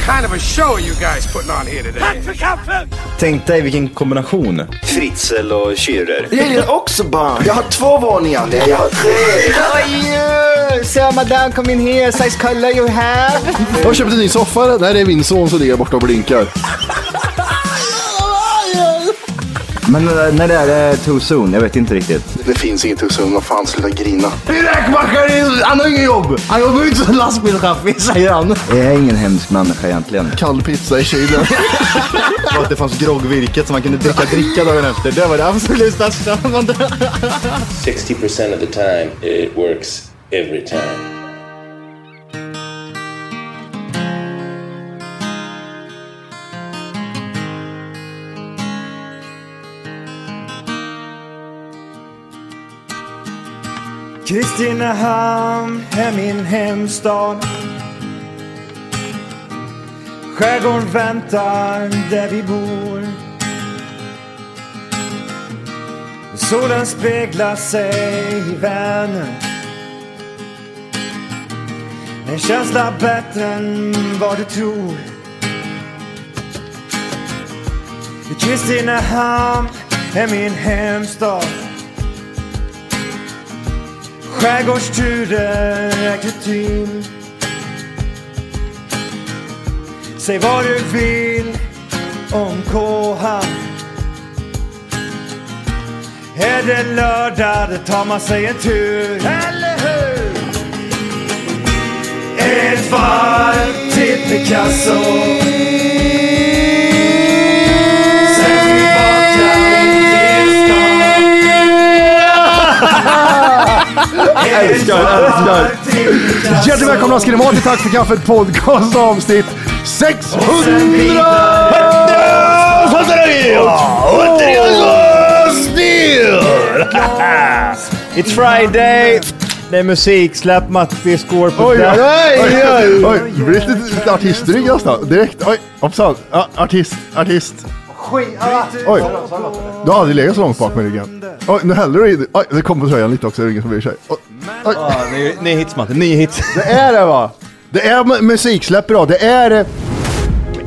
kind of a show are you guys putting on here today? Tänk dig vilken kombination. Fritzl och Schürrer. Jag gillar också barn. Jag har två våningar. Nej, jag har tre. Sir, madame, come in here. Size color you have. Jag köpte en ny soffa. Nej, det är min son som ligger borta och blinkar. Men eh, när det är eh, too soon? Jag vet inte riktigt. Det finns inget hos honom. Vad fan, sluta grina. Min räkmackare, han har inget jobb. Han jobbar ju inte som lastbilschaffis, säger han. Jag är ingen hemsk människa egentligen. Kall pizza i kylen. Och att det fanns groggvirket som man kunde dricka dricka dagen efter. Det var det absolut största. 60% of the time, it works every time. Kristinehamn är min hemstad. Skärgården väntar där vi bor. Solen speglar sig i Vänern. En känsla bättre än vad du tror. Kristinehamn är min hemstad. Skärgårdsturer är kutym. Säg vad du vill om K-hamn. Är det lördag, det tar man sig en tur. Eller hur? Ett varv till Picasso. Sen tillbaka till stan. Ett varv till Picasso. Hjärtligt välkomna ska ni vara till Tack för kaffet podcast avsnitt 600! It's Friday. Det är musik. Släpp Matti skår på Oj, det. oj, oj, oj, oj. Det blir lite artistrygg nästan. Direkt. Oj, hoppsan. Ja, artist, artist. Oj. Du har aldrig legat så långt bak med ryggen. Oj, nu häller du i. Oj, det kom på tröjan lite också. Ryggen som bryr sig. Oj, oj. Ny, ny hits Matte, ny hits. Det är det va? Det är mu- musiksläpp idag. Det är... eh, Men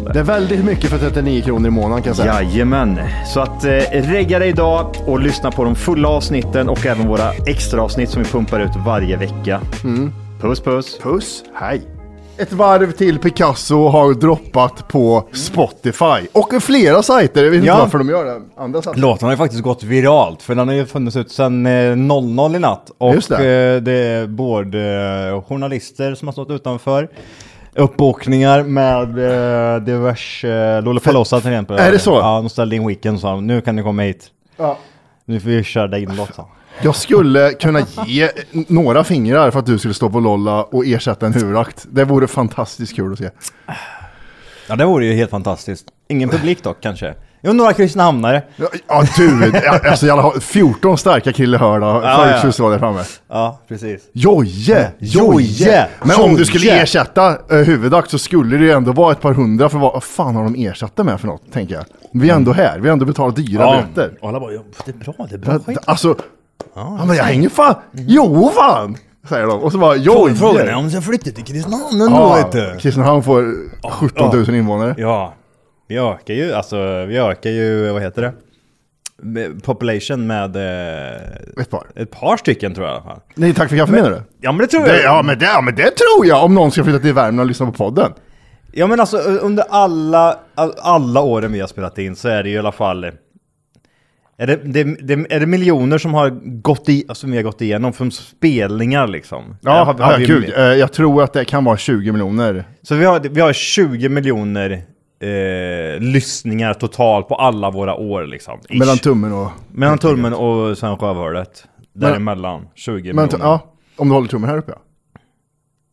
det. Det är väldigt mycket för 39 kronor i månaden kan jag säga. Jajamän, så att eh, regga dig idag och lyssna på de fulla avsnitten och även våra extra avsnitt som vi pumpar ut varje vecka. Mm. Puss puss! Puss, hej. Ett varv till Picasso har droppat på Spotify och flera sajter. Jag vet inte Ja. varför de gör det. Andra sajter. Låten har ju faktiskt gått viralt för den har ju funnits ut sedan eh, 00 i natt. Och Just det. eh, det är både eh, journalister som har stått utanför, uppbokningar med eh, diverse eh, Lollapalooza till exempel. Är det så? Ja, de ställde in Weekend och sa nu kan ni komma hit. Ja. Nu får vi köra dig in en låt. sa de. Jag skulle kunna ge några fingrar för att du skulle stå på Lolla och ersätta en huvudakt. Det vore fantastiskt kul att se. Ja, det vore ju helt fantastiskt. Ingen publik dock kanske. Jo, några kristinehamnare. Ja, Ja du, alltså jag har 14 starka killehörda Ja, förut ja. så står där framme. Ja, precis. Joje! Joje! Joje! Men om du Joje! skulle ersätta eh, huvudakt så skulle det ju ändå vara ett par hundra för vad vad fan har de ersatt det med för något, tänker jag. Vi är ändå här, vi har ändå betalat dyra böter. Och alla bara, "Ja, det är bra, det är bra Men, skit. Alltså, ja, men jag hänger fan, jo fan! Säger de. Och så bara joje! Mm. Frågan är om jag flyttar till Kristinehamn ändå Ja, vet du. Kristinehamn får 17 000 invånare. Ja, vi ökar ju, alltså vi ökar ju, vad heter det? Med- Population med eh, Ett par. ett par stycken tror jag i alla fall. Nej, tack för kaffet menar du? Ja men det tror jag. Det, ja, men det, ja men det tror jag om någon ska flytta till Värmland och lyssna på podden. Ja men alltså u- under alla, all- alla åren vi har spelat in så är det ju i alla fall är det, det, det, är det miljoner som har gått i, alltså, vi har gått igenom från spelningar liksom? Ja, Har- ja, har vi- gud. eh, Jag tror att det kan vara 20 miljoner. Så vi har, vi har 20 miljoner eh, lyssningar totalt på alla våra år liksom. Ish. Mellan tummen och... Mellan Tulmen och sen Sjövördet. Däremellan. 20 Men, miljoner. ja, om du håller tummen här uppe ja.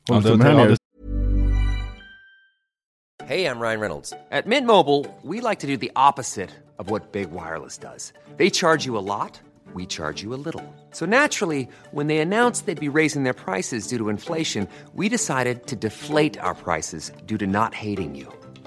Ja, Håller det- tummen här ja, nere. Hey, I'm Ryan Reynolds. At Mint Mobile, we like to do the opposite of what Big Wireless does. They charge you a lot, we charge you a little. So naturally, when they announced they'd be raising their prices due to inflation, we decided to deflate our prices due to not hating you.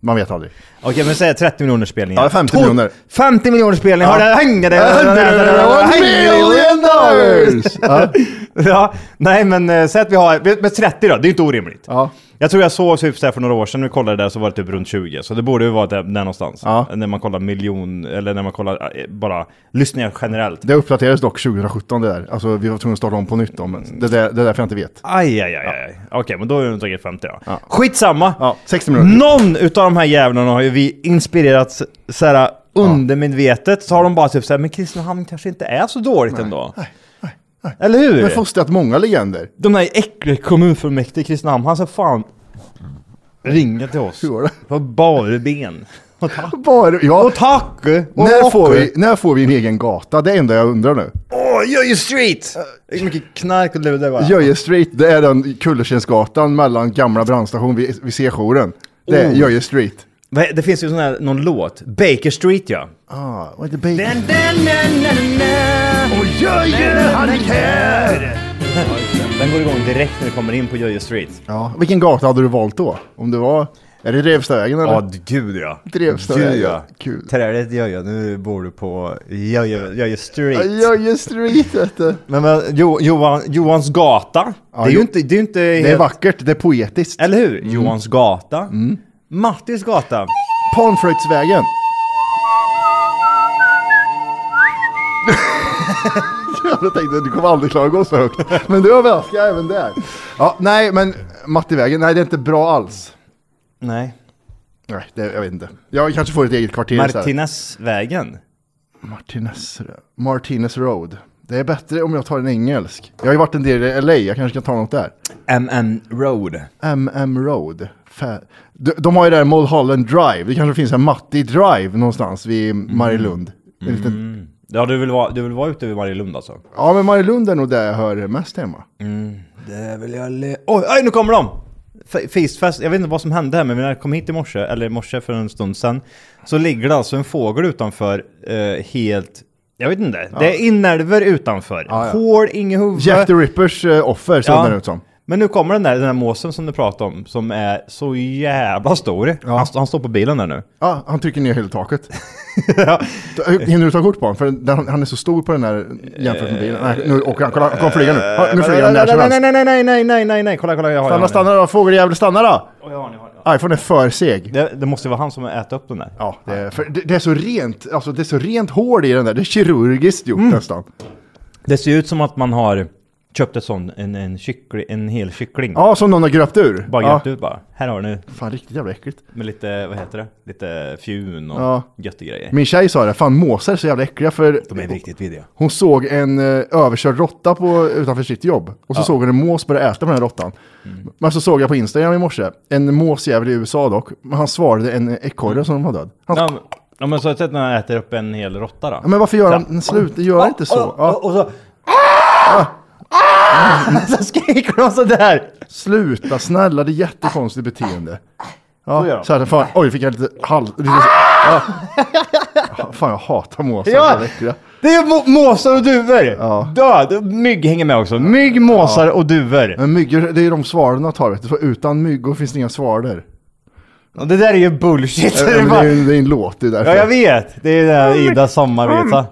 man vet aldrig. Okej, men säg 30 miljoner spelningar. Ja, 50 Tol- miljoner. 50 miljoner spelningar! Har det hänger det? One million dollars! Ja. Ja, nej men eh, säg att vi har, men 30 då, det är ju inte orimligt. Ja. Jag tror jag såg typ så här för några år sedan, när vi kollade där så var det typ runt 20. Så det borde ju vara där, där någonstans. Ja. När man kollar miljon, eller när man kollar eh, bara lyssningar generellt. Det uppdaterades dock 2017 det där. Alltså vi var tvungna att starta om på nytt då, men det, där, det är därför jag inte vet. Aj, aj, aj, aj. Okej, men då är det säkert 50 då. Skitsamma! Ja, 60 minuter. Någon utav de här jävlarna har ju vi inspirerats såhär undermedvetet, så har de bara typ såhär, men Kristinehamn kanske inte är så dåligt ändå. Eller hur? Det har fostrat många legender. De där äckliga kommunfullmäktige i Kristinehamn, han sa fan ringa till oss. Hur var det? På barben. Och tack. Bara, ja. Och tack! Och när, och- får vi, när får vi en egen gata? Det är det enda jag undrar nu. Åh, Göje Äh. Street! Det är mycket knark och luder va? Göje Street, det är den Kullerstensgatan mellan gamla brandstation vid, vid C-jouren. Det är Göje Street. Va, Det finns ju sån här, någon låt. Baker Street ja. Ah, vad är det Den, den, den, den, den. Och Göje, han är här! Den går igång direkt när du kommer in på Göje Street. Ja, vilken gata hade du valt då? Om det var... Är det Revstavägen eller? Ja, d- gud ja. Drevstavägen. Gud, ja. Kul. Trädet Göja, nu bor du på Göje Göje Street. Göje Street vet du. Men, men jo, Johan, Johans gata. det är ju jo. inte, det är ju inte Det är helt- vackert, Mm. det är poetiskt. Eller hur? Johans gata. Mattis gata. Panflöjtsvägen. Jag tänkte att du kommer aldrig klara att gå så högt. Men du överraskar även där. Ja, nej, men Mattivägen, nej det är inte bra alls. Nej. Nej, det, jag vet inte. Jag kanske får ett eget kvarter så Martinezvägen. här. Martinez, Martinez Road. Det är bättre om jag tar en engelsk. Jag har ju varit en del i LA, jag kanske kan ta något där. MN Road. MM Road. Fa- De, de har ju där Mulholland Drive. Det kanske finns en Matti Drive någonstans vid Marilund. En liten Ja, du vill vara, du vill vara ute vid Marielund alltså? Ja, men Marilund är nog där jag hör mest hemma. Det vill jag le- Oj, oj, nu kommer de! F- Feastfest, jag vet inte vad som hände här men när jag kom hit i morse, eller i morse för en stund sedan Så ligger det alltså en fågel utanför eh, helt Jag vet inte, det är inälvor utanför Ja, ja. Hål, inget huvud Jack the Rippers eh, offer såg Ja. den ut som. Men nu kommer den där, den där måsen som du pratade om Som är så jävla stor han, han står på bilen där nu Ja, han trycker ner hela taket. Hinner du ta kort på honom? För den, han är så stor på den här jämfört med bilen. Nej, nu åker han. Kolla, han kommer flyga nu. Ja, nu flyger han när som Nej, nej, helst. nej, nej, nej, nej, nej, nej, nej, kolla, kolla, jag har jag har den. Stanna, stanna då. Fågeljävel, stanna då! Oj, jag har den, jag har den. iPhone är för seg. Det, det måste ju vara han som har ätit upp den där. Ja, det är, för det, det är så rent, alltså det är så rent hål i den där. Det är kirurgiskt gjort nästan. Det ser ju ut som att man har köpt ett sån, en, en, kyckling, en hel kyckling. Ja, som någon har gröpt ur. Bara ja. gött ut bara. Här har du nu. Fan, riktigt jävla äckligt. Med lite, vad heter det? Lite fjun och Ja. gött och grejer. Min tjej sa det, fan måsar är så jävla äckliga för... De är riktigt vidriga. Hon såg en eh, överkörd råtta på, utanför sitt jobb. Och så såg hon en mås börja äta på den här råttan. Mm. Men så såg jag på Instagram i morse, en måsjävel i USA dock. Men han svarade en Mm. ekorre som de har död. Han, Ja, men- ja men så att när han äter upp en hel råtta då. ja. Men varför gör han slut? Gör inte så. Ja, Och, och så... Ah! Så skriker de sådär! sluta snälla, det är jättekonstigt beteende. Så gör Ja, de. så här, fan, oj, fick jag lite hals... Lite, ja. Fan, jag hatar måsar. Ja. jävla äckliga. Det är må- måsar och duvor! Ja. Död! Mygg hänger med också. Mygg, måsar och duvor. Men myggor, det är de svalorna tar vet du. Så utan myggor finns det inga svalor. Och det där är ju bullshit. Ja, det är men Det bara... är ju det är en låt, det är därför. Ja, jag vet. Det är det där Ida sommarvisa.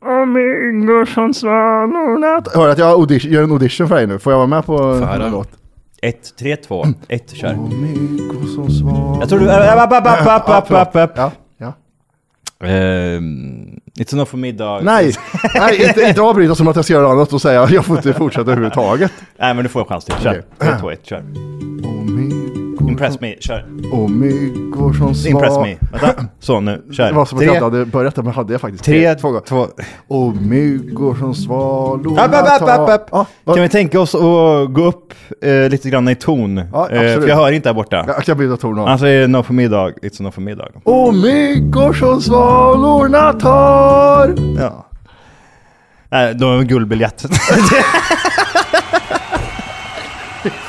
flamingor från svanorna. Hör att jag audition, gör en audition för dig nu? Får jag vara med på Få höra. en låt? 1, 3, 2, Mm. 1, kör. Jag tror du... Äh, app, app, app, app, Ja, app, förlåt. app, app. Ja, ja. äh. Ehm, It's enough for middag. Nej, nej inte, inte avbryta som att jag ska göra annat och säga jag får inte fortsätta överhuvudtaget. Nej, men du får en chans till. Kör. 3, 2, 1, kör. Impress me, kör. Omigor som svar... Impress me. Vänta. Så, nu. Kör. Det var som att Tre. jag inte hade börjat det, men hade jag faktiskt. Tre, två gånger. Och myggor som svalorna App, app, app, tar- app, app. Ja, vad- Kan vi tänka oss att gå upp eh, lite grann i ton? Ja, Eh, absolut. för jag hör inte där borta. Jag kan byta ton av. Alltså, no for middag. It's enough for middag. Och myggor som svalorna tar... Ja. Nej, då är det en guldbiljett.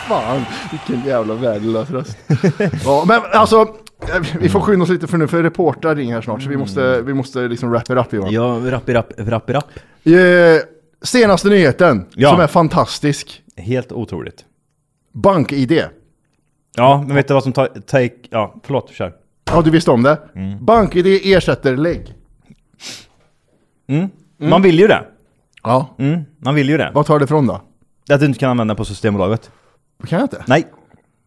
Fan, vilken jävla värdelös röst. ja, men alltså, eh, vi får skynda oss lite för nu, för reportrar ringer här snart, så vi måste, vi måste liksom wrap it up Johan. ja, rappi, rapp, rappi, rapp. Eh, senaste nyheten, Ja. som är fantastisk. Helt otroligt. BankID. Ja, men vet du vad som tar... Take, ja, förlåt, kör. Ja, du visste om det? BankID ersätter lägg. Mm. Man vill ju det. Ja. Mm, man vill ju det. Vad tar det ifrån då? Att du inte kan använda på Systembolaget. Kan jag inte? Nej,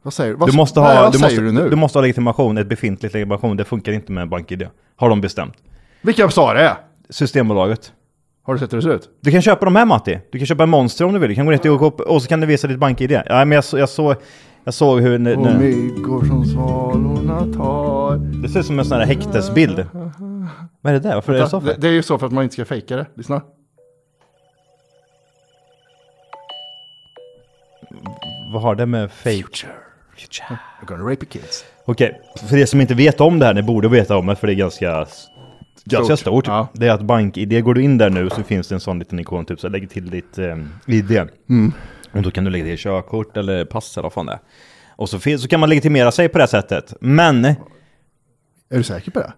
Vad säger du? Vad du måste Nej, ha, vad du säger måste, du nu? du måste ha legitimation, ett befintligt legitimation. Det funkar inte med BankID. Har de bestämt. Vilka sa det? Systembolaget. Har du sett hur det ser ut? Du kan köpa de här Matti. Du kan köpa en monster om du vill. Du kan gå ner till OK och så kan du visa ditt BankID. Nej, men jag, så- jag, såg, jag såg hur... Nu, Och nu. myggor som svalorna tar... Det ser ut som en sån här häktesbild. Vad är det där? Varför är det så? Det, för? det är ju så för att man inte ska fejka det. Lyssna. Vad har det med fake... I'm gonna rape your kids. Okej, för er som inte vet om det här, ni borde veta om det för det är ganska Ganska stort. Ja. typ Det är att bank-id, går du in där nu så finns det en sån liten ikon, typ så här, lägg till ditt eh, id. Mm. Och då kan du lägga till körkort eller pass eller vad fan det är. Och så, finns, så kan man legitimera sig på det här sättet. Men, Är du säker på det?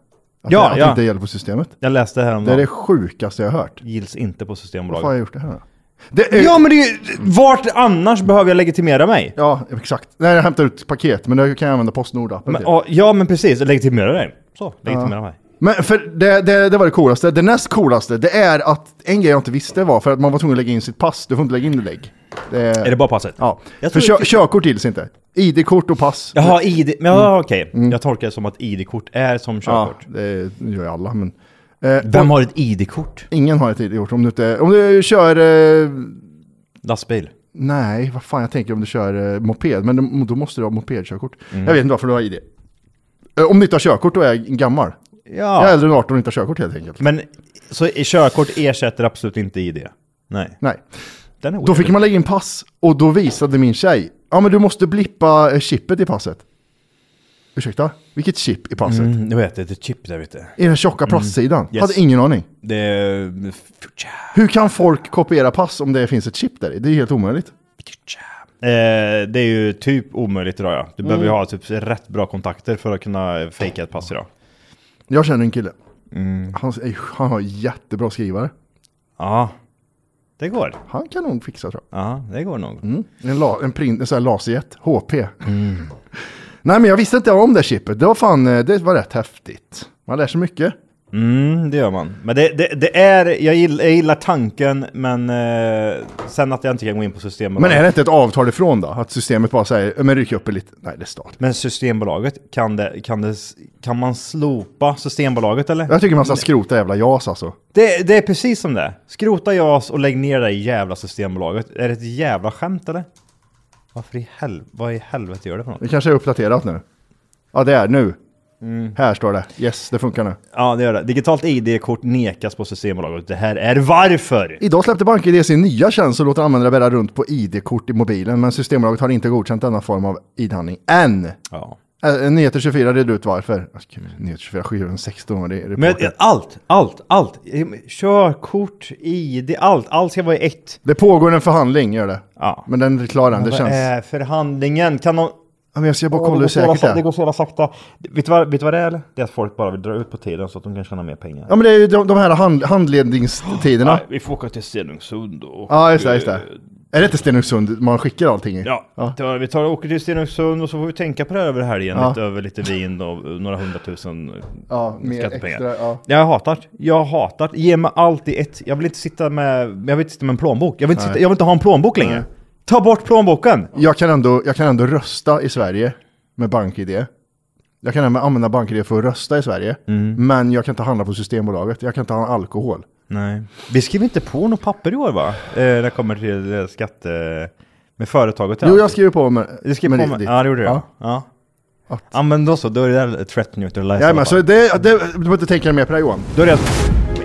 Att Ja, det, att ja. det inte gäller på systemet? jag läste här om Det är det sjukaste jag har hört. gills inte på Vad fan har Systembolaget. jag gjort det här då? det är, Ja men det är ju, vart annars behöver jag legitimera mig? Ja, exakt. Nej, jag hämtar ut paket, men det kan jag använda Postnord-appen Men, till. ja, ja men precis, legitimera dig. Så, legitimera mig. Men för det, det, det var det coolaste. Det näst coolaste, det är att en grej jag inte visste var för att man var tvungen att lägga in sitt pass. Du får inte lägga in det lägg. Det, Är det bara passet? Ja. Jag för tror kö, det- typ- körkort gills inte. ID-kort och pass. Jaha, ID, men, ja, okej. Jag tolkar det som att ID-kort är som Mm. ja, körkort. det gör ju alla, men... Eh, Vem och har ett ID-kort? Ingen har ett ID-kort om du inte... Om du kör... Eh, Lastbil. nej, vad fan jag tänker om du kör eh, moped. Men då- då måste du ha mopedkörkort. Mm. Jag vet inte varför du har ID. Eh, Om du inte har körkort, då är jag gammal. Jag är äldre än 18 och inte har körkort helt enkelt. Men så i- körkort ersätter absolut inte ID? Nej. Nej. Den är Då weird. fick man lägga in pass och då visade min tjej, ja men du måste blippa eh, chippet i passet. Ursäkta? Vilket chip i passet? Mm, du vet, det är ett chip där ute. I den tjocka plastsidan? Yes. Hade ingen aning. Det är... Future. Hur kan folk kopiera pass om det finns ett chip där i? Det är helt omöjligt. Eh, det är ju typ omöjligt idag ja. Du behöver Mm. ju ha typ rätt bra kontakter för att kunna eh, fejka ett pass idag. Jag känner en kille. Han, han har jättebra skrivare. Ja. Det går. Han kan nog fixa tror jag. Ja, det går nog. En, la, en, print, en sån här laserjet, HP. Nej men jag visste inte om det chippet. Det var fan, eh, det var rätt häftigt. Man lär sig mycket. Mm, det gör man. Men det, det, det är... Jag gillar, jag gillar tanken, men eh, sen att jag inte kan gå in på Systembolaget. Men är det inte ett avtal ifrån då? Att systemet bara säger, "Ja, men ryck upp er lite. Nej det är staten. Men Systembolaget, kan, det, kan, det, kan man slopa Systembolaget eller? Jag tycker man ska skrota jävla JAS alltså. Det, det är precis som det är. Skrota JAS och lägg ner det där jävla Systembolaget. Är det ett jävla skämt eller? Varför i hel... Vad i helvete gör det för något? Det kanske är uppdaterat nu. Ja, det är nu. Här står det. Yes, det funkar nu. Ja, det gör det. Digitalt ID-kort nekas på Systembolaget. Det här är varför! Idag släppte BankID sin nya tjänst som låter användare bära runt på ID-kort i mobilen, men Systembolaget har inte godkänt denna form av ID-handling än. Ja. Äh, Nyheter 24 redde ut varför. Ah, gud, Nyheter 24 skickade en 16-årig reporter. Men allt, allt, allt! Körkort, ID, allt. Allt ska vara i ett. Det pågår en förhandling, gör det. Ja. Men den är klar än, det Vad känns. är förhandlingen? Kan de... Ja, men jag ska bara kolla Åh, hur det, går säkert så det jävla, det är. går så jävla sakta. Vet du, vad, vet du vad det är eller? Det är att folk bara vill dra ut på tiden så att de kan tjäna mer pengar. Ja, men det är ju de, de här hand, handledningstiderna. vi får åka till Stenungsund och... Eh, Ja, just det, just det. Är det inte Stenungsund man skickar allting i? Ja, då- vi tar och åker till Stenungsund och så får vi tänka på det här över helgen. Ja. Lite över lite vin och eh, några hundratusen eh, Ja, mer skattepengar. extra, ja. Jag hatar Jag hatar Ge mig allt i ett. Jag vill inte sitta med, jag vill inte sitta med en plånbok. Jag vill inte, Nej. sitta, jag vill inte ha en plånbok längre. Nej. Ta bort plånboken! Jag kan, ändå, jag kan ändå rösta i Sverige med BankID. Jag kan även använda BankID för att rösta i Sverige. Mm. Men jag kan inte handla på Systembolaget. Jag kan inte handla alkohol. Nej. Vi skriver inte på något papper i år va? Eh, när det kommer till eh, skatte... Med företaget Jo, jag skriver på med, Du skrev på med... ditt. Ja, det gjorde jag. Ja. Ja, men då så. Då är det där threat neutralized. i alla Jajamän, fall. så det, det, du behöver inte tänka mer på det Johan. Då är det...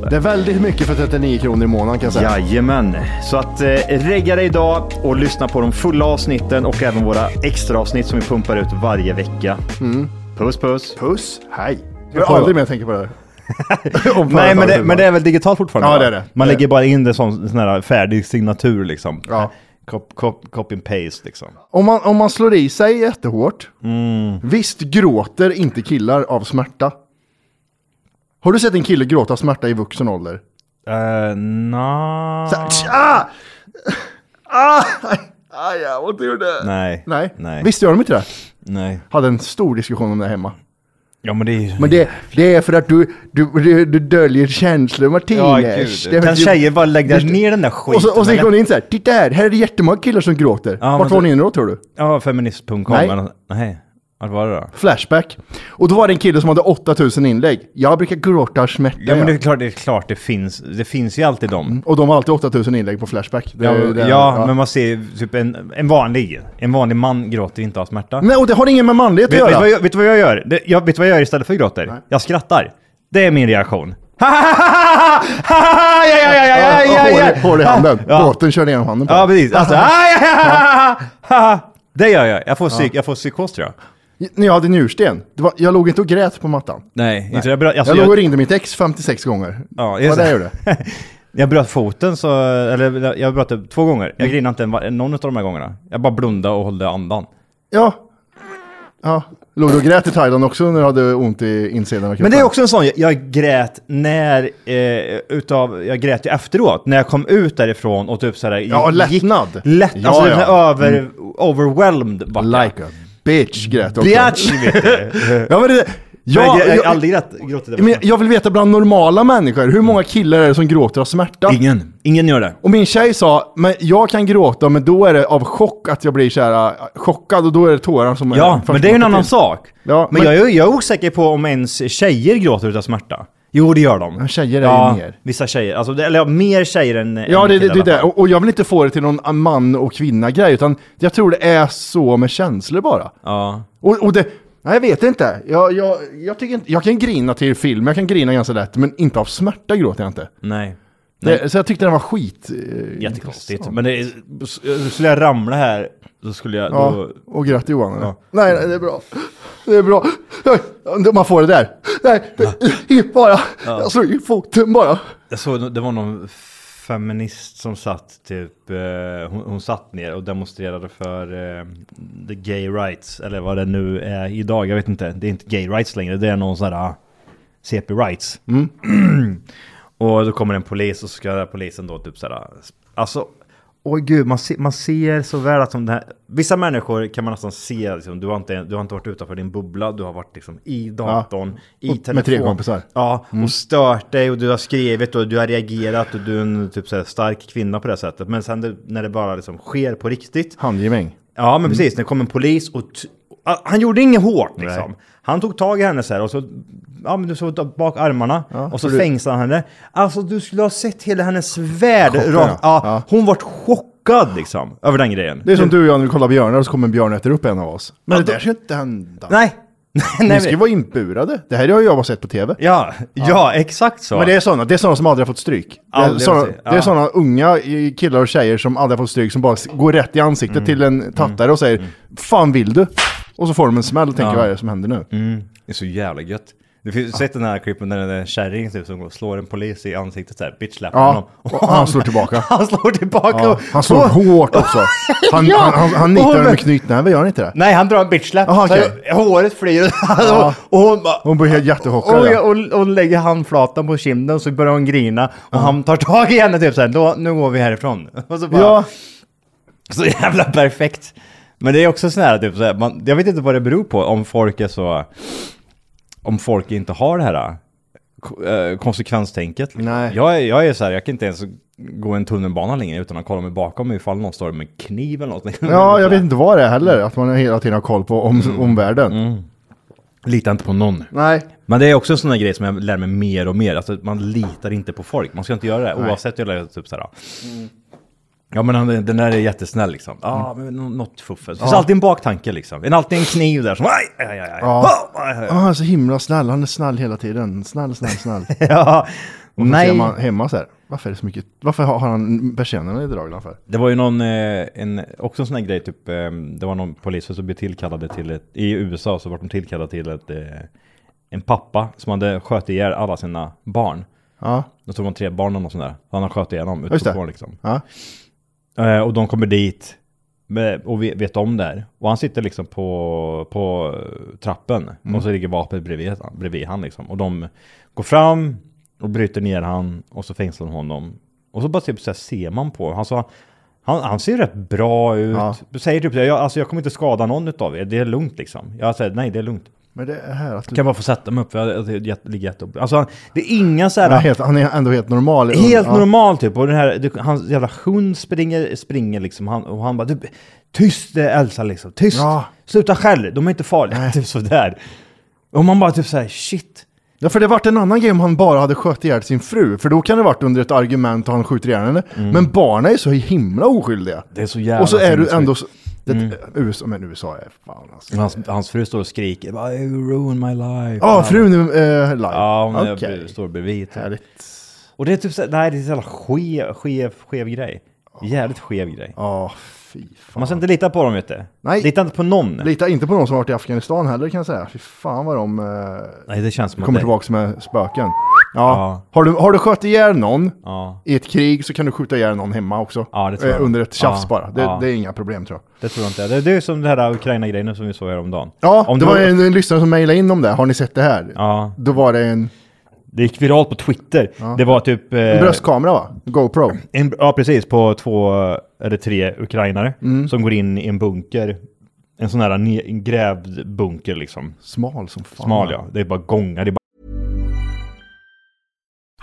det. Det är väldigt mycket för 39 kronor i månaden kan jag säga. Jajamän, så att eh, regga dig idag och lyssna på de fulla avsnitten och även våra extra avsnitt som vi pumpar ut varje vecka. Puss puss! Puss, hej. Jag har aldrig mer tänka på det där. Om Nej, men det, företaget. men det är väl digitalt fortfarande? Ja, va? det är det. Man Det är lägger bara in det som sån här färdig signatur liksom. Ja. Cop, cop, copy and paste liksom. Om man, om man slår i sig jättehårt, Mm. visst gråter inte killar av smärta? Har du sett en kille gråta av smärta i vuxen ålder? Uh, no. Så här, tja! ah! Ah! Aj, jag har ont i huvudet. Nej. Nej. Nej. Visst gör de inte det? Nej. Hade en stor diskussion om det hemma. Ja men det är ju... Men det, det är för att du, du, du, du döljer känslor Martinez. Ja, Det är gud. för Kan att du- tjejer bara lägga du- ner den där skiten? Och så, och så gick eller? hon in så här, titta här, här är det jättemånga killar som gråter. Ja, Vart men var det- ni då tror du? Ja, feminist.com. Nej. Nej. Nej. Vad var det då? Flashback. Och då var det en kille som hade 8000 inlägg. Jag brukar gråta av smärta. Ja, men det är klart, det, är klart det, finns, det finns ju alltid dem. Och de har alltid 8000 inlägg på Flashback. Mm. Det Ja, är det- ja, men man ser ju typ en, en vanlig, en vanlig man gråter inte av smärta. Nej, och det har inget med manlighet Vet, att vet, göra. vad jag, vet du vad jag gör? Det, jag, vet du vad jag gör istället för att gråter? Jag skrattar. Det är min reaktion. ja, ja, ja, ja, ja, ja, ja. Hål- Hål i handen. Ja. Båten körde igenom handen på Ja, ja, precis. Alltså, ah, ja, ja, ja, ja, ja. Det gör jag. Jag får, psyk, jag får psykos tror jag. När jag hade njursten, det var, jag låg inte och grät på mattan. Nej, inte det. Jag, alltså, jag låg och jag, ringde mitt ex 56 gånger. Ja, det just var det jag det. gjorde. jag bröt foten så, eller jag bröt det två gånger. Jag grinade inte en, va- någon av de här gångerna. Jag bara blundade och höll andan. Ja. ja. Låg du och grät i Thailand också när du hade ont i insidan av kroppen? Men det är också en sån, jag, jag grät när, eh, utav, jag grät ju efteråt, när jag kom ut därifrån och typ såhär... Ja, lättnad. lätt, Ja, alltså ja. Mm. den här över, overwhelmed vart jag. Like a bitch grät också. Biatch, vet du. Ja, men det, jag, ja, jag, jag, jag- har aldrig grät, gråtit Men jag- jag vill veta bland normala människor, hur många killar är det som gråter av smärta? Ingen, ingen gör det. Och min tjej sa, men jag kan gråta, men då är det av chock att jag blir så här äh, chockad och då är det tårar som Ja, först men det är ju en kommer annan till. sak. Ja, men men- jag, är- jag är osäker på om ens tjejer gråter utav smärta. Jo, det gör de. Men tjejer är ju ja, mer. vissa tjejer. Alltså, det- eller ja, mer tjejer än Ja, än det, det, killar i alla det är det. fall. Och, och jag vill inte få det till någon man och kvinna-grej, utan jag tror det är så med känslor bara. Ja. Och, och det, nej, jag vet inte. Jag, jag, jag, tycker inte. jag kan grina till film, jag kan grina ganska lätt, men inte av smärta gråter jag inte. Nej. Det, så jag tyckte den var skit. eh, Jättekonstigt. Men det är, skulle jag ramla här, då skulle jag... Ja, Då, och grät Johan eller? Nej, nej, det är bra. Det är bra. Nej, Man får det där. Nej, det, bara. Jag slog i foten bara. jag såg, det var någon feminist som satt typ... Eh, hon, hon satt ner och demonstrerade för eh, the gay rights, eller vad det nu är idag. Jag vet inte. Det är inte gay rights längre, det är någon sån här ah, CP rights. Mm. och då kommer en polis och så ska den här polisen då typ så här... Alltså, Åh gud, man, se, man ser så väl att de här... Vissa människor kan man nästan se, liksom, du, har inte, du har inte varit utanför din bubbla, du har varit liksom, i datorn, i Och telefon. med tre kompisar. Ja, Mm. och stört dig och du har skrivit och du har reagerat och du är en typ, så här, stark kvinna på det här sättet. Men sen det, när det bara liksom, sker på riktigt. Handgemäng. Ja, men precis. När det kom en polis och... t- ah, Han gjorde inget hårt liksom. Han tog tag i henne så här och så... Ja, men du såg bak armarna och så fängslade han henne. Alltså du skulle ha sett hela hennes värld. Chocken, Rakt, ja. ja, Ja. Hon vart chockad liksom över den grejen. Det är som du och jag när vi kollar björnar och så kommer en björn och äter upp en av oss. Men det där ska inte hända. Nej! Ni ska ju vara inburade. Det här har jag bara sett på tv. Ja, ja, exakt så. Men det är sådana, det är sådana som aldrig har fått stryk. Det är, Aldrig sådana, har fått- det är ja. sådana unga eh, killar och tjejer som aldrig har fått stryk som bara s- går rätt i ansiktet Mm. till en tattare och säger Fan vill du? Och så får de en smäll och tänker Ja. vad är det som händer nu? Mm, det är så jävla gött. Du har sett den här klippen när den där kärringen typ, som går och slår en polis i ansiktet såhär, bitch slappar Ja, honom. och han slår tillbaka. Han slår tillbaka. Ja, och- han slår och- hårt också. Han, Ja. han, han, han nitar Och hon- henne med knytnäve, gör han inte det? Nej, han drar en bitch slap. Aha, Så okej. Håret flyr och, och hon bara... Hon blir helt jättechockad. Och, ja. och, och lägger handflatan på kinden så börjar hon grina och han tar tag i henne typ såhär, då, nu går vi härifrån. Och så bara, Ja. Så jävla perfekt. Men det är också sån här, typ såhär, man, jag vet inte vad det beror på om folk är så... Om folk inte har det här äh, ko- eh, konsekvenstänket. Nej. Jag, är- jag är såhär, jag kan inte ens gå en tunnelbana längre utan att kolla mig bakom mig ifall någon står med kniv eller något. Ja, jag vet inte vad det är heller, att man hela tiden har koll på om, omvärlden. Litar inte på någon. Nej. Men det är också en sån där grej som jag lär mig mer och mer. Alltså, man litar inte på folk. Man ska inte göra det Nej. Mm. oavsett hur det är. Typ så här. Ja men han, den där är jättesnäll liksom. Ja men nå- något fuffens. Det finns Ja. alltid en baktanke liksom. Det är alltid en kniv där som... Aj, aj, aj, aj. Ja. Ah, aj, aj. Ah, han är så himla snäll, han är snäll hela tiden. Snäll, snäll, snäll. Ja. Och så ser Nej. man hemma så här, varför är det så mycket, varför har har han persiennerna i draglan för? Det var ju någon, eh, en, också en sån här grej typ. eh, Det var någon polis som blev tillkallade till ett... I USA så var de tillkallade till ett... eh, En pappa som hade sköt ihjäl alla sina barn. Ja, Jag tror det var tre barn eller något sånt där. Han har sköt ihjäl dem Just ute det. på gården liksom. ja. Eh, och de kommer dit med, och vet, vet om det här. Och han sitter liksom på, på eh, trappen och så ligger vapnet bredvid, han- bredvid han liksom. Och de går fram och bryter ner han och så fängslar de honom. Och så bara typ så här ser man på han, så, han, han ser rätt bra ut. Säger typ så här, jag, alltså, jag kommer inte skada någon utav er, det är lugnt liksom. Jag säger nej det är lugnt. Men det är här att du... Kan jag bara få sätta mig upp för jag, jag, jag, jag ligger jätteupp. Alltså han- det är inga så här... han, är helt, han är ändå helt normal. Helt ja. normal typ. Och den här, det- hans jävla hund springer, springer liksom. Han, och han bara du, tyst eh, Elsa liksom. Tyst! Ja. Sluta skäll, de är inte farliga. Typ sådär. Och man bara typ såhär shit. Ja, för det vart en annan grej om han bara hade skött ihjäl sin fru. För då kan det varit under ett argument och han skjuter ihjäl henne. Men barnen är så himla oskyldiga. Mm. Det är så jävla Och så är du sinnessjukt. Mm. ändå... Så, det, USA, men USA är fan alltså. Hans, hans fru står och skriker. bara, You ruin my life. Ja, frun är eh, live. Ja, hon är- Okej. står bredvid. typ. Härligt. Och det är typ såhär, nej det är en jävla skev, skev, skev grej. Jävligt skev grej. Ja, fy fan. Man ska inte lita på dem vet du. Nej. Lita inte på någon. Lita inte på någon som har varit i Afghanistan heller kan jag säga. Fy fan vad de eh, nej det känns som kommer att det- tillbaka med spöken. Ja. Ja. Har, du, har du skött ihjäl någon Ja, i ett krig så kan du skjuta ihjäl någon hemma också. Ja, det tror jag. Eh, Under ett tjafs Ja. bara. Det, Ja. det är inga problem tror jag. det tror jag inte. Det, det är som det här Ukraina-grejen som vi såg häromdagen. Ja, Om det du- var en, en lyssnare som mejlade in om det. Har ni sett det här? Ja. Då var det en Det gick viralt på Twitter. Det var typ... eh, bröstkamera va? GoPro. en, ja, precis. På två eller tre ukrainare som går in i en bunker. En sån här ne- en grävd bunker liksom. Smal som fan. Smal ja. Det är bara gångar. Det är bara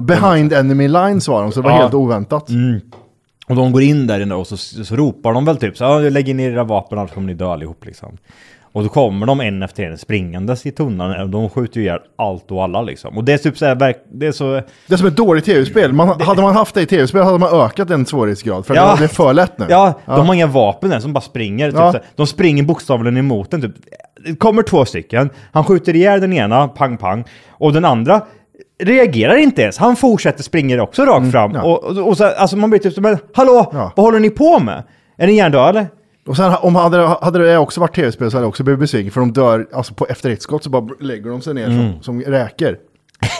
Behind enemy lines var de, så det var Ja. helt oväntat. Och de går in där inne och så, så ropar de väl typ så här, "Ja, lägg in era vapen annars kommer ni dö allihop liksom. Och då kommer de en efter en springandes i tunnan och de skjuter ju ihjäl allt och alla liksom. Och det är typ så här, verk- det är så... Det är som ett dåligt tv-spel. Man, hade man haft det i tv-spel hade man ökat en svårighetsgrad. För Ja. det är för lätt nu. Ja, de har inga vapen än som bara springer. Typ, Ja. såhär. de springer bokstavligen emot den. Typ. Det kommer två stycken. Han skjuter ihjäl den ena, pang pang. Och den andra reagerar inte ens. Han fortsätter springa också rakt fram. Mm, ja. Och, och, och så, alltså man blir typ som en, hallå, Ja. vad håller ni på med? Är ni hjärndöda eller? Och sen om hade, hade det också varit tv-spel så hade jag också blivit besviken. För de dör, alltså på, efter ett skott så bara lägger de sig ner Mm. som, som räker.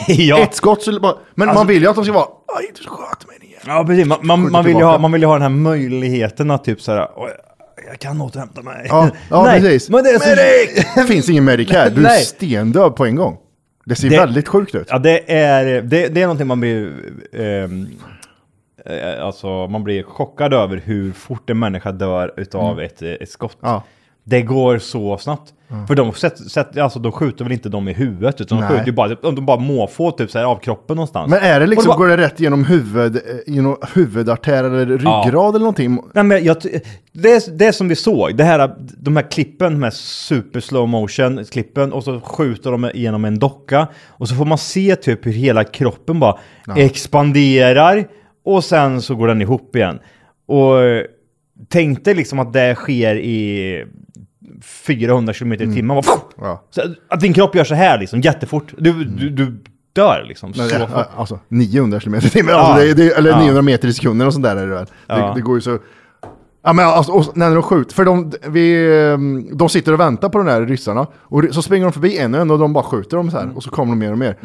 Ja. Ett skott så bara, Men Alltså- man vill ju att de ska vara, aj du sköt mig. Ja, precis. Man, man, Skjuter man, vill ju tillbaka. ha, man vill ju ha den här möjligheten att typ så här, "Oj, jag kan återhämta mig. Ja, ja Nej, precis. Men det är så... Det finns ingen medic här, du är Nej. stendöd på en gång. Det ser Det- väldigt sjukt ut. Ja, det är, det, det är någonting man blir... ehm, Eh, alltså, man blir chockad över hur fort en människa dör utav Mm. ett, eh, ett skott. Ja. Det går så snabbt. Ja. För de, sätt, sätt, alltså, de skjuter väl inte dem i huvudet, utan Nej. de skjuter ju bara, de bara måfå typ, så här, av kroppen någonstans. Men är det liksom, Och bara- går det rätt genom, huvud, eh, genom huvudartär eller Ja. ryggrad eller någonting? Nej, men jag, ty- det, är- det är som vi såg, det här, de här klippen med super slow motion klippen och så skjuter de genom en docka och så får man se typ hur hela kroppen bara Ja. expanderar och sen så går den ihop igen. Och tänk dig liksom att det sker i 400 km i Mm. timmen. Bara, så Att din kropp gör så här liksom jättefort. Du, du, du dör liksom. Nej, så det- fort. alltså 900 km i timmen, alltså, Ja. det, det, eller Ja. 900 meter i sekunden och sånt där är det väl. Ja. Det, det går ju så... Ja men alltså, och när de skjuter, för de, vi, ehm, de sitter och väntar på de där ryssarna och ry- så springer de förbi en och en och de bara skjuter dem så Mm. här och så kommer de mer och mer.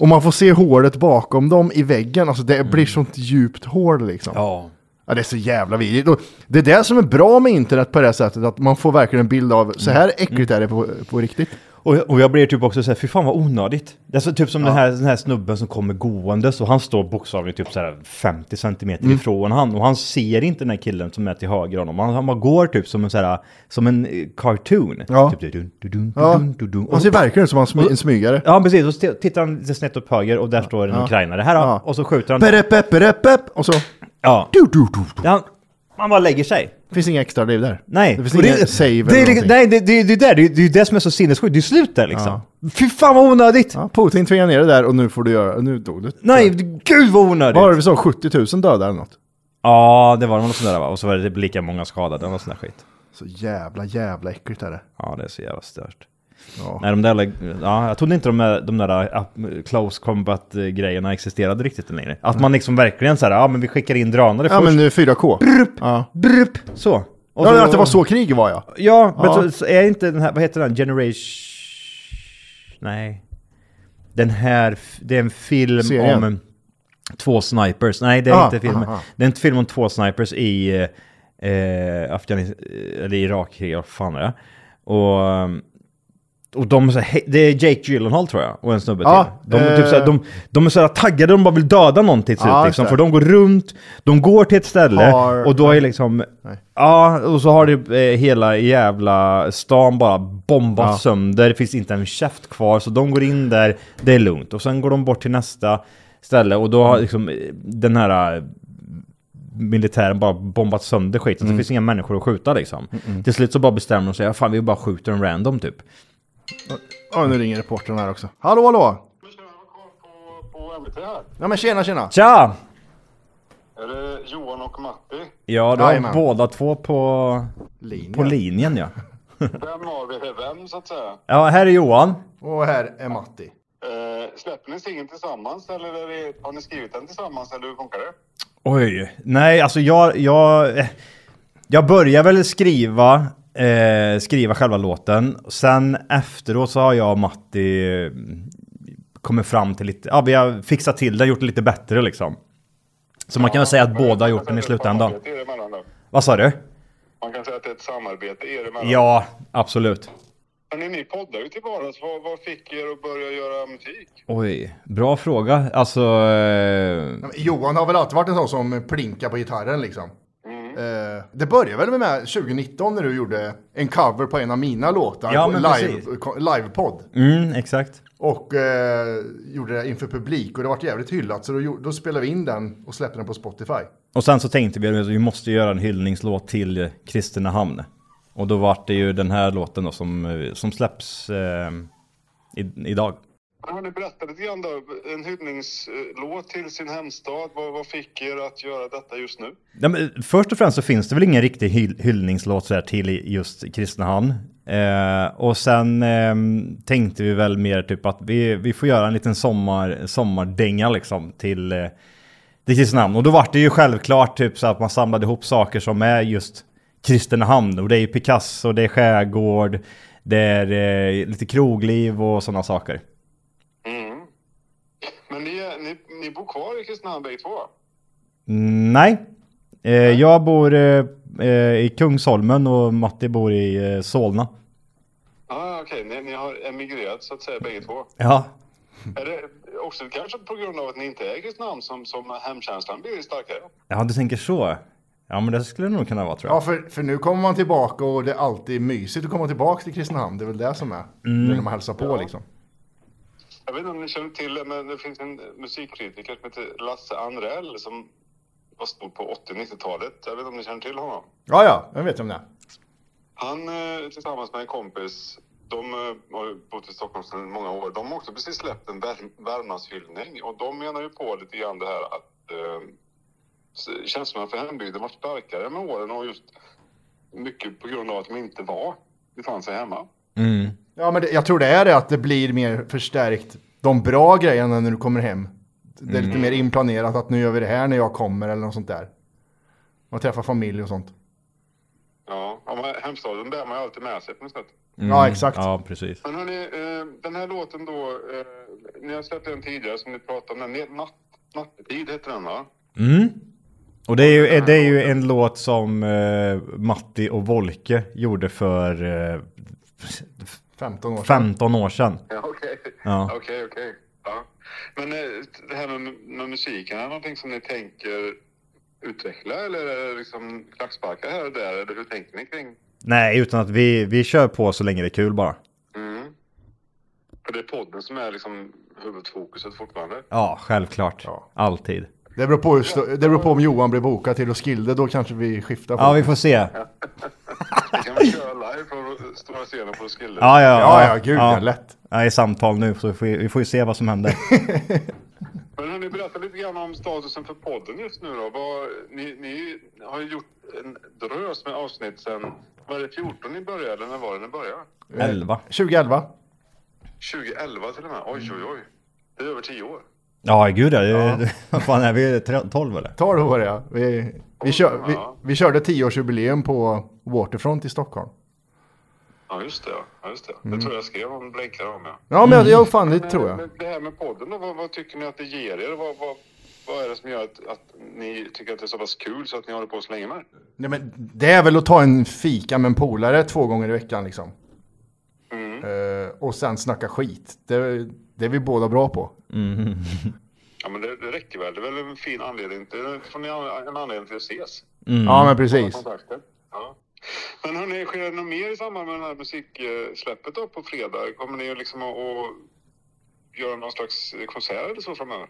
Och man får se hålet bakom dem i väggen, alltså det blir sånt djupt hål liksom. Mm. Ja. det är så jävla vidrigt. Och Det är det som är bra med internet på det här sättet, att man får verkligen en bild av så Mm. här äckligt är det på, på riktigt. Och, och jag blir typ också såhär, fy fan vad onödigt. Det är så, typ som den, här, den här snubben som kommer gåendes och han står bokstavligen typ såhär 50 centimeter Mm. ifrån han och han ser inte den här killen som är till höger om honom. Han, han bara går typ som en såhär, som en eh, cartoon. Ja. Typ, du, du, du, du, Ja. du, du, Man ser verkligen ut som han smy, Och- en smygare. Ja precis, och så t- tittar han lite snett upp höger och där står en Ja. ukrainare. Här Ja. och så skjuter han. Perepp, pepp, perepp, pepp, och så... Ja. Du, du, du, du. Han, man bara lägger sig. Det finns inga extra liv där. Nej. Det finns Och inga save eller det, är liksom- någonting. Nej, det, det, det, är där, det, är- det är det som är så sinnessjukt. Det är slut där liksom. Fy fan vad onödigt! Ja, Putin tvingade ner det där och nu får du göra, nu dog du. Nej, gud vad onödigt! Vad var det vi sa, 70 000 döda eller något? Ja, det var något sånt där va? Och så var det typ lika många skadade och något sånt där skit. Så jävla, jävla äckligt är det. Ja, det är så jävla stört. Ja. Nej, de där, ja, jag trodde inte de där, de där eh, close combat-grejerna existerade riktigt längre. Att man liksom verkligen så här, ja men vi skickar in drönare Ja först. men nu 4K. ja. Brup, så. Och ja, att det var så kriget var ja. Ja, men Ja. Så, så är inte den här, vad heter den, Generation... Nej. Den här, f- det är en film Serien. om två snipers. Nej, det är Ah, inte filmen. ah, ah. Det är en film om två snipers i eh, eh, Afghanistan, eller Irak, vad fan är det? Och, och de, är så här, he- det är Jake Gyllenhaal tror jag, och en snubbe Ja, till. De, är typ så här, eh. de, de är så här taggade, de bara vill döda någon till slut Ja, just liksom. det. För de går runt, de går till ett ställe Har- och då är liksom... Ja, och så har det eh, hela jävla stan bara bombat Ja. sönder. Det finns inte en käft kvar, så de går in där, det är lugnt. Och sen går de bort till nästa ställe och då Mm. har liksom eh, den här eh, militären bara bombat sönder skiten. Så Mm. det finns inga människor att skjuta liksom. Mm-mm. Till slut så bara bestämmer de sig, ja fan vi bara skjuter en random typ. Ja, nu ringer reportern här också. Hallå, hallå! Ja men tjena, tjena! Tja! Är det Johan och Matti? Ja, då har Jajamän. båda två på linjen, på linjen ja. Vem har vi här vem, så att säga? ja, här är Johan. Och här är Matti. Eh, släpper ni singeln tillsammans eller är det, har ni skrivit den tillsammans eller hur funkar det? Oj, nej alltså jag, jag, eh, jag börjar väl skriva, eh, skriva själva låten. Sen efteråt så har jag och Matti eh, kommit fram till lite, ja vi har fixat till det, gjort det lite bättre liksom. Så man kan väl säga att båda har gjort den i slutändan. Det är det mellan dem. Vad sa du? Man kan säga att det är ett samarbete er emellan. Ja, absolut. Hörrni, ni poddar ju till vardags. Vad, vad fick er att börja göra musik? Oj, bra fråga. Alltså... eh, Johan har väl alltid varit en sån som plinkar på gitarren liksom. Eh, det började väl med 2019 när du gjorde en cover på en av mina låtar, Ja, på men live, precis. ko- livepodd. Mm, exakt. Och eh, gjorde det inför publik och det vart jävligt hyllat så då, gjo- då spelade vi in den och släppte den på Spotify. Och sen så tänkte vi att vi måste göra en hyllningslåt till Kristinehamn. Och då var det ju den här låten då som, eh, som släpps eh, i, idag. Hörrni, berätta lite grann då. En hyllningslåt till sin hemstad. Vad, vad fick er att göra detta just nu? Ja, men först och främst så finns det väl ingen riktig hyll hyllningslåt så här till just Kristinehamn. Eh, och sen eh, tänkte vi väl mer typ att vi, vi får göra en liten sommar, sommardänga liksom till, eh, till Kristinehamn. Och då var det ju självklart typ så att man samlade ihop saker som är just Kristinehamn. Och det är ju Picasso, det är skärgård, det är eh, lite krogliv och sådana saker. Mm. Men ni, är- ni, ni bor kvar i Kristinehamn bägge två? Mm, Nej. Eh, jag bor eh, eh, i Kungsholmen och Matti bor i eh, Solna. Ah, Okej, ni, ni har emigrerat så att säga bägge två. Ja. Är det också kanske på grund av att ni inte är i Kristinehamn som, som hemkänslan blir starkare? Ja, du tänker så. Ja, men det skulle det nog kunna vara tror jag. Ja, för, för nu kommer man tillbaka och det är alltid mysigt att komma tillbaka till Kristinehamn. Det är väl det som är. Mm. Nu när man hälsar på liksom. Jag vet inte om ni känner till det, men det finns en musikkritiker som heter Lasse Anrell som var stor på 80-90-talet. Jag vet inte om ni känner till honom? Ja, ja, jag vet om det. Han eh, tillsammans med en kompis, de eh, har ju bott i Stockholm sedan många år. De har också precis släppt en Värm- Värmlandshyllning och de menar ju på lite grann det här att eh, s- känslorna för hembygden var starkare med åren och just mycket på grund av att de inte var, befann sig hemma. Ja, men det, jag tror det är det att det blir mer förstärkt. De bra grejerna när du kommer hem. Det är lite Mm. mer inplanerat att nu gör vi det här när jag kommer eller något sånt där. Man träffar familj och sånt. Ja, ja, men hemstaden bär man ju alltid med sig på något sätt. Mm. Ja, exakt. Ja, precis. Men hörni, eh, den här låten då, eh, ni har släppt den tidigare som ni pratade om, den är natt, Nattetid heter den va? Mm. Och det är ju, det är ju en låt som eh, Matti och Volke gjorde för eh, 15 år sedan. 15 år sedan. Ja, okej. Ja. Okej, okej. Ja. Men eh, det här med, med musiken, är det någonting som ni tänker utveckla eller är det liksom klacksparkar här och där? Eller hur tänker ni kring? Nej, utan att vi, vi kör på så länge det är kul bara. Mm. För det är podden som är liksom huvudfokuset fortfarande. Ja, självklart. Alltid. Det beror, på, hur sto- det beror på om Johan blir bokad till Roskilde, då kanske vi skiftar. Ja, vi får se. Det kan man köra live från stora scenen på Roskilde. Ja, ja, Ja, ja, gud, ja, lätt. Jag är i samtal nu, så vi får, ju- vi får ju se vad som händer. Men hörni, berätta lite grann om statusen för podden just nu då. Vad, ni, ni har ju gjort en drös med avsnitt sen, var det 14 ni började eller när var det ni började? Eh, 2011. 2011 till och med? Oj, oj, oj. Det är över 10 år. Ja, gud ja. det- Vad fan är vi? Tre- 12 eller? 12 år ja. Vi, vi, kör, vi, vi körde 10-årsjubileum på Waterfront i Stockholm. Ja, just det. ja. Ja, just det. Mm. det tror jag skrev om blänkare om. Ja, Ja, men jag- jag- fan, det tror jag. Men det här med podden då, vad, vad tycker ni att det ger er? Vad, vad, vad är det som gör att, att ni tycker att det är så pass kul så att ni håller på så länge med det? Nej, men det är väl att ta en fika med en polare två gånger i veckan liksom. Eh, och sen snacka skit. Det, det är vi båda bra på. Ja, men det, det räcker väl. Det är väl en fin anledning. till- Det får ni an- en anledning till att ses. Mm. Ja, men precis. Hålla kontakten. Ja. Men hörni, sker det något mer i samband med det här musiksläppet då på fredag? Kommer ni liksom att, att göra någon slags konsert eller så framöver?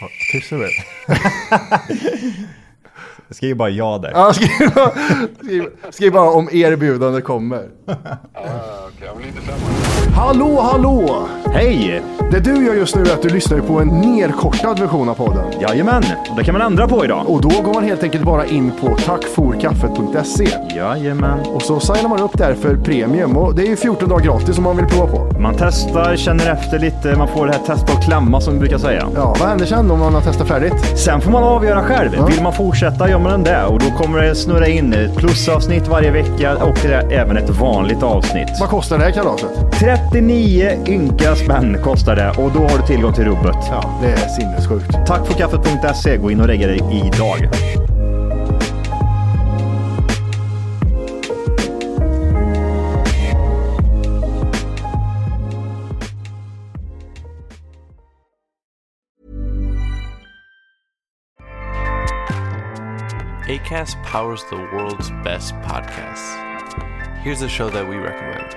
Ja, Tyst nu. Skriv bara ja där. Ja, skriv, skriv, skriv bara om erbjudande kommer. Hallå, hallå! Hej! Det du gör just nu är att du lyssnar på en nedkortad version av podden. Jajamän, och det kan man ändra på idag. Och då går man helt enkelt bara in på tackforkaffet.se. Jajamän. Och så signar man upp där för premium. Och det är ju 14 dagar gratis om man vill prova på. Man testar, känner efter lite, man får det här testa och klämma som vi brukar säga. Ja, vad händer sen om man har testat färdigt? Sen får man avgöra själv. Vill man fortsätta gör man det och då kommer det snurra in ett plusavsnitt varje vecka och det är även ett vanligt avsnitt. Vad kostar det här kalaset? 39 ynka spänn kostar det och då har du tillgång till rubbet. Ja, det är sinnessjukt. Tack för kaffet.se. E. Gå in och lägg dig idag. ACAST powers the world's best podcasts. Here's a show that we recommend.